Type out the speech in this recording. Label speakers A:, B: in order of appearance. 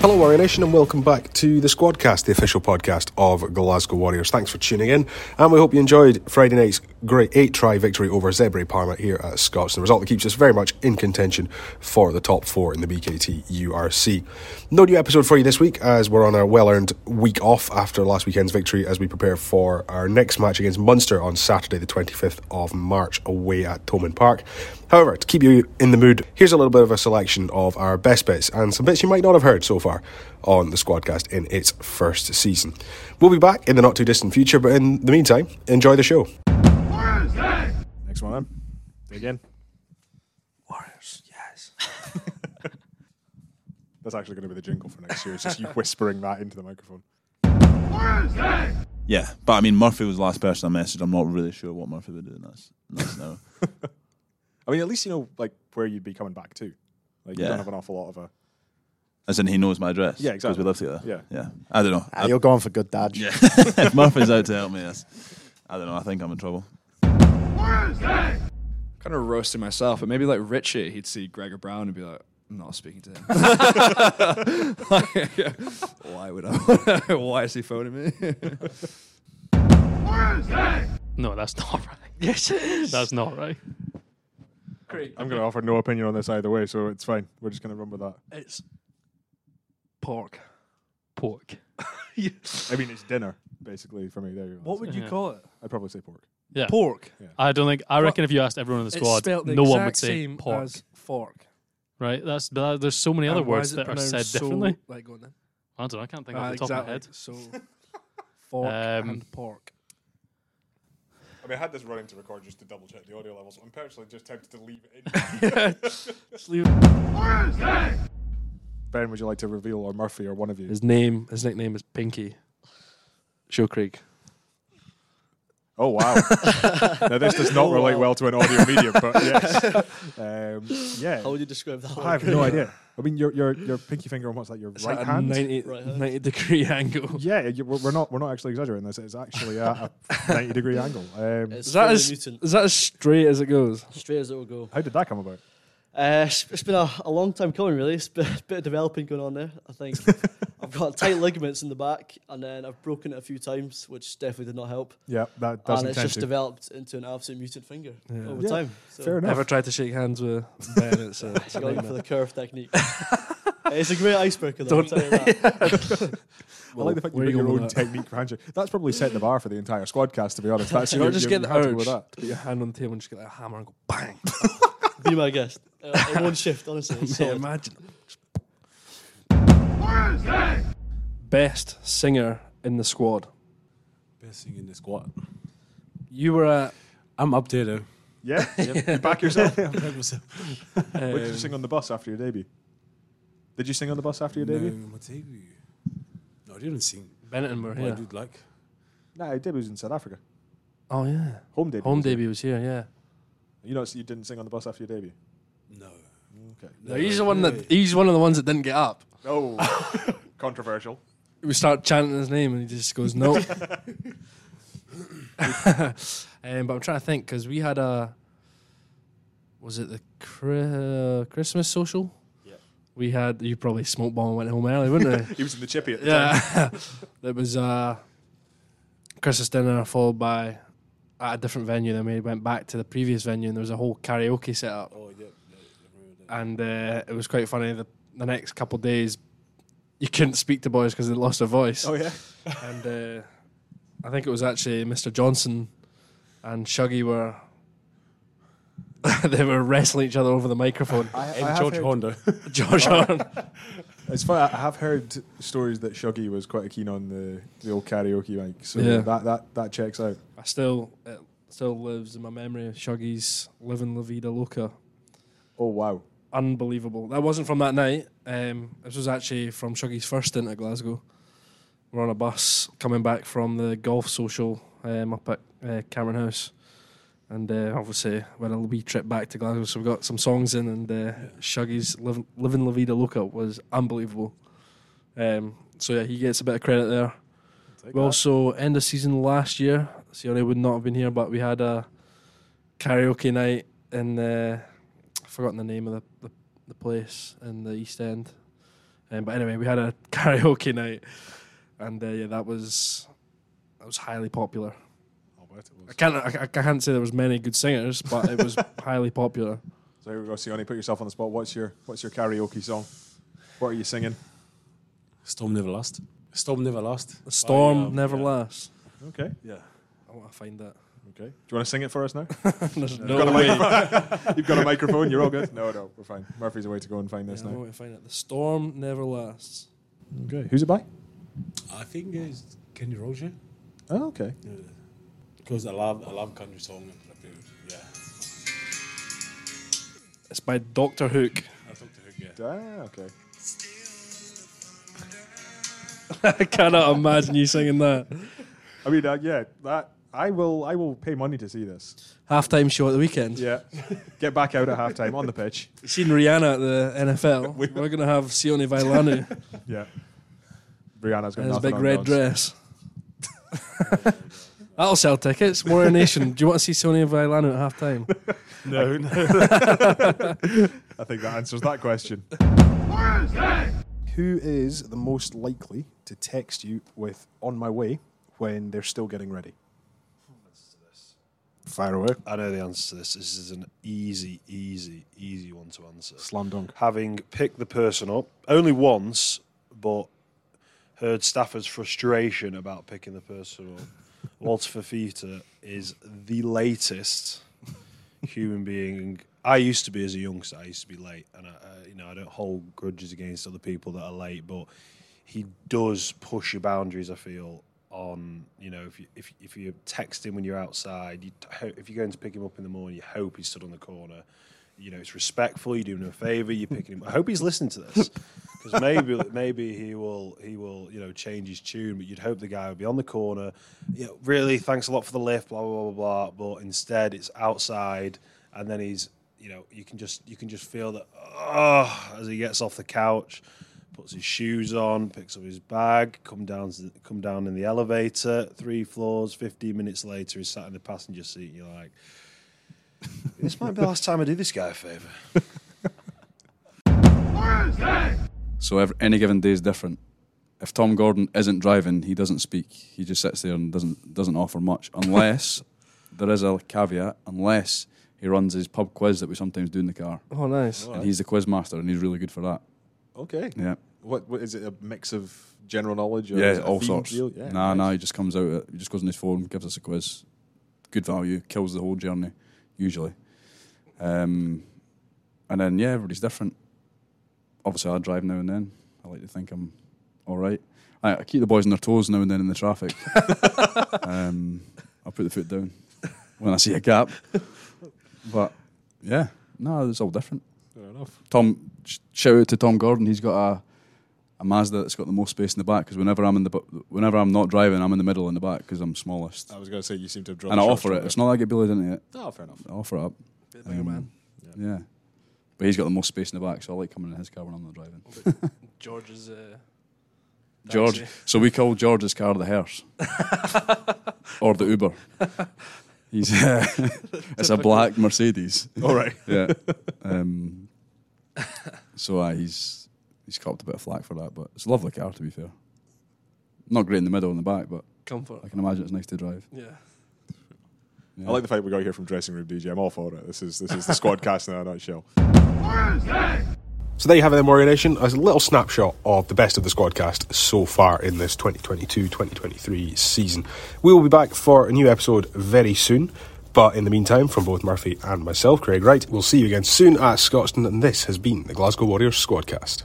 A: Hello, Warrior Nation, and welcome back to the Squadcast, the official podcast of Glasgow Warriors. Thanks for tuning in, and we hope you enjoyed Friday night's great eight try victory over Zebre Parma here at Scots, the result that keeps us very much in contention for the top four in the BKT URC. No new episode for you this week, as we're on our well earned week off after last weekend's victory as we prepare for our next match against Munster on Saturday, the 25th of March, away at Toman Park. However, to keep you in the mood, here's a little bit of a selection of our best bits and some bits you might not have heard so far on the Squadcast in its first season. We'll be back in the not too distant future, but in the meantime, enjoy the show.
B: Next one, then. Again. Warriors, yes. That's actually going to be the jingle for next year. It's just you whispering that into the microphone.
C: Yeah, but I mean, Murphy was the last person I messaged. I'm not really sure what Murphy would do in this. No,
B: I mean, at least you know like where you'd be coming back to. Like you
C: Yeah.
B: don't have an awful lot of a.
C: as in he knows my address.
B: Yeah, exactly.
C: Because we live together.
B: Yeah.
C: yeah. I don't know.
D: Ah, you're going for good, Dad. Yeah.
C: I- if Murphy's out to help me, that's, I don't know. I think I'm in trouble.
E: kind of roasting myself, but maybe like Richie, he'd see Gregor Brown and be like, I'm not speaking to him. why would I? why is he phoning me?
F: No, that's not right. Yes, That's not right.
B: I'm going to offer no opinion on this either way, so it's fine. We're just going to run with that.
F: It's pork. Pork.
B: I mean, it's dinner basically for me. There you go.
G: What would you
F: Yeah.
G: call it?
B: I'd probably say pork.
F: Yeah.
G: Pork.
F: I don't think. I reckon if you asked everyone in the
G: it's
F: squad,
G: spelt the
F: no one
G: exact
F: would say
G: same
F: pork.
G: as fork.
F: Right? That's but that, there's so many other
G: And why
F: words
G: is it
F: that are
G: pronounced
F: said
G: so,
F: differently.
G: Like going then.
F: I don't know. I can't think
G: Ah,
F: off the top
G: exactly.
F: of my head.
G: So fork
F: Um,
G: and pork.
B: I mean, I had this running to record just to double check the audio levels. I'm personally just tempted to leave it in.
G: Just leave it.
B: ben, would you like to reveal, or Murphy, or one of you?
G: His name, his nickname is Pinky. Show Creek.
B: Oh wow! now this does not relate well to an audio medium, but yes, um, yeah.
H: How would you describe that?
B: I have no idea. I mean, your your your pinky finger on what's that? Your
G: It's
B: right
G: at
B: hand.
G: a 90,
H: Right hand.
G: 90 degree angle.
B: yeah, you, we're we're not we're not actually exaggerating this. It's actually at a ninety degree angle. Um,
H: It's
G: Is that
H: that
G: as-
H: is mutant.
G: Is that as straight as it goes?
H: Straight as it will go.
B: how did that come about?
H: Uh, it's it's been a, a long time coming, really. It's been a bit of developing going on there, I think. I've got tight ligaments in the back, and then I've broken it a few times, which definitely did not help.
B: Yeah, that
D: Ah,
B: that's
H: And it's just
B: intensive.
H: developed into an absolute mutant finger
G: Yeah.
H: over
B: Yeah,
H: time. So
B: Fair enough.
G: Never tried to shake hands with Ben. It's a, it's a
H: Going for the
G: nightmare.
H: curve technique. it's a great icebreaker, though.
G: Don't-
H: I'll tell you that.
B: I like the fact you
G: Where
B: put
G: you
B: your
G: going
B: own
G: with that?
B: technique for handshake. That's probably set the bar for the entire squad cast. To be honest, that's
G: Do you
B: your-
G: not just
B: your-
G: get the
B: your habit
G: urge
B: with
G: to
B: that.
G: put your hand on the table and just get like a hammer and go bang?
H: Be my guest. Uh, it won't shift, honestly. It's
G: Mate,
H: solid.
G: imagine. Best singer in the squad.
I: Best thing in the squad.
G: You were at.
I: I'm up there though.
B: Yeah, you back yourself.
I: I'm proud of myself.
B: What did you sing on the bus after your debut? Did you sing on the bus after your
I: no,
B: debut?
I: my debut. No, I didn't sing.
G: Benetton were
I: What I
G: here.
I: did like.
B: Nah, your debut was in South Africa.
G: Oh yeah,
B: Home debut.
G: home
B: was it?
G: debut was here. Yeah,
B: You know, you didn't sing on the bus after your debut.
I: No. Okay.
G: he's the one that he's one of the ones that didn't get up.
B: Oh, controversial.
G: We start chanting his name and he just goes no. um, Um, but I'm trying to think because we had a was it the cri- Christmas social?
I: Yeah.
G: We had you probably smoked bomb and went home early, wouldn't you?
B: He was in the chippy at the time.
G: Yeah. it was uh, Christmas dinner followed by at a different venue. Then we went back to the previous venue and there was a whole karaoke setup.
I: Oh yeah.
G: And uh, it was quite funny. The, the next couple of days, you couldn't speak to boys because they lost their voice.
B: Oh yeah.
G: And uh, I think it was actually Mr. Johnson and Shuggy were. they were wrestling each other over the microphone.
B: I,
I: And George Honda.
G: Josh Arn.
B: It's funny. I have heard stories that Shuggy was quite keen on the, the old karaoke mic, so
G: Yeah.
B: that, that that checks out.
G: I still it still lives in my memory. Shuggy's "Living La Vida Loca."
B: Oh wow.
G: unbelievable. That wasn't from that night. Um, this was actually from Shuggy's first stint at Glasgow. We're on a bus coming back from the golf social um, up at uh, Cameron House. And uh, obviously, we had a wee trip back to Glasgow, so we got some songs in, and uh, Shuggy's Liv- Living La Vida Loca was unbelievable. Um, so, yeah, he gets a bit of credit there. We also, end of season last year, Sione would not have been here, but we had a karaoke night uh, in the, I've forgotten the name of the, the, the place in the East End. Um, but anyway, we had a karaoke night, and uh, yeah, that was that was highly popular.
B: I'll bet it
G: I
B: was.
G: can't I, I can't say there was many good singers, but it was highly popular.
B: So here we go, Sione, put yourself on the spot. What's your what's your karaoke song? What are you singing?
I: Storm never last. Storm never last.
G: The storm
I: By, um,
G: never
I: yeah.
G: lasts.
B: Okay.
I: Yeah.
G: I want to find that.
B: Okay. Do you want to sing it for us now?
G: There's
B: You've got
G: no
B: a
G: way.
B: microphone. You've got a microphone. You're all good. No, no, we're fine. Murphy's away to go and find
G: Yeah,
B: this
G: I
B: now.
G: want to find it. The storm never lasts.
B: Okay. Who's it by?
I: I think it's Kenny Roger.
B: Oh, okay.
I: Because I love I love country song. and I do- Yeah.
G: It's by Doctor Hook.
I: I talked to her. Yeah.
B: Ah, okay.
G: I cannot imagine you singing that.
B: I mean, uh, yeah, that I will. I will pay money to see this.
G: Halftime show at the weekend.
B: Yeah. Get back out at halftime on the pitch.
G: You've seen Rihanna at the NFL.
B: We-
G: We're going to have Sione Vailanu
B: Yeah. Brianna's got
G: in his
B: nothing
G: big
B: on
G: red
B: dance.
G: dress. That'll sell tickets. More in nation. Do you want to see Sione Vailanu at halftime?
B: No, no. I think that answers that question. Who is the most likely to text you with "on my way" when they're still getting ready? Fire away.
D: I know the answer to this. This is an easy, easy, easy one to answer.
B: Slam dunk.
D: Having picked the person up only once, but heard Stafford's frustration about picking the person up, Walter Fafita is the latest human being. I used to be as a youngster. I used to be late, and I, I, you know I don't hold grudges against other people that are late, but he does push your boundaries. I feel on you know if you if, if you're texting when you're outside, you t- ho- if you're going to pick him up in the morning, you hope he's stood on the corner. You know it's respectful. You're doing him a favor. You're picking him. I hope he's listening to this because maybe maybe he will he will you know change his tune. But you'd hope the guy would be on the corner. You know, really, thanks a lot for the lift. Blah blah blah blah. blah. But instead, it's outside, and then he's you know you can just you can just feel that oh, as he gets off the couch puts his shoes on, picks up his bag, come down come down in the elevator, three floors, 15 minutes later he's sat in the passenger seat and you're like this might be the last time I do this guy a favour.
C: So every, any given day is different. If Tom Gordon isn't driving, he doesn't speak. He just sits there and doesn't doesn't offer much, unless there is a caveat. Unless he runs his pub quiz that we sometimes do in the car,
G: Oh, nice.
C: and he's the quiz master, and he's really good for that.
B: Okay.
C: Yeah,
B: What, what is it? A mix of general knowledge? Or is
C: yeah,
B: it a
C: all
B: theme
C: sorts.
B: deal? Yeah,
C: nah,
B: nice.
C: nah, he just comes out. He just goes on his phone, gives us a quiz. Good value, kills the whole journey, usually. Um, and then yeah, everybody's different. Obviously, I drive now and then. I like to think I'm all right. I, I keep the boys on their toes now and then in the traffic. um, I put the foot down when I see a gap. But yeah, no, it's all different.
B: Fair enough.
C: Tom, sh- shout out to Tom Gordon. He's got a a Mazda that's got the most space in the back because whenever I'm in the bu- whenever I'm not driving, I'm in the middle in the back because I'm smallest.
B: I was going to say you seem to have drawn.
C: and I
B: the
C: offer
B: short
C: it. It's not like I get bullied into it.
B: straw there. Oh, fair enough.
C: I offer it up. Um,
G: Bit bigger man.
C: Yeah. But he's got the most space in the back, so I like coming in his car when I'm not driving.
G: George's. Uh,
C: George.
G: Daxi.
C: So we call George's car the hearse or the Uber. He's uh, it's a black Mercedes.
B: All right.
C: yeah. Um, so uh, he's he's copped a bit of flack for that, but it's a lovely car to be fair. Not great in the middle and the back, but
G: Comfort.
C: I can imagine it's nice to drive.
G: Yeah.
C: Yeah.
B: I like the fact we got here from dressing room DJ. I'm all for it. This is this is the squad cast in a nutshell.
A: So there you have it then, Warrior Nation. A little snapshot of the best of the squadcast so far in this 2022-2023 season. We will be back for a new episode very soon. But in the meantime, from both Murphy and myself, Craig Wright, we'll see you again soon at Scotstoun, and this has been the Glasgow Warriors Squadcast.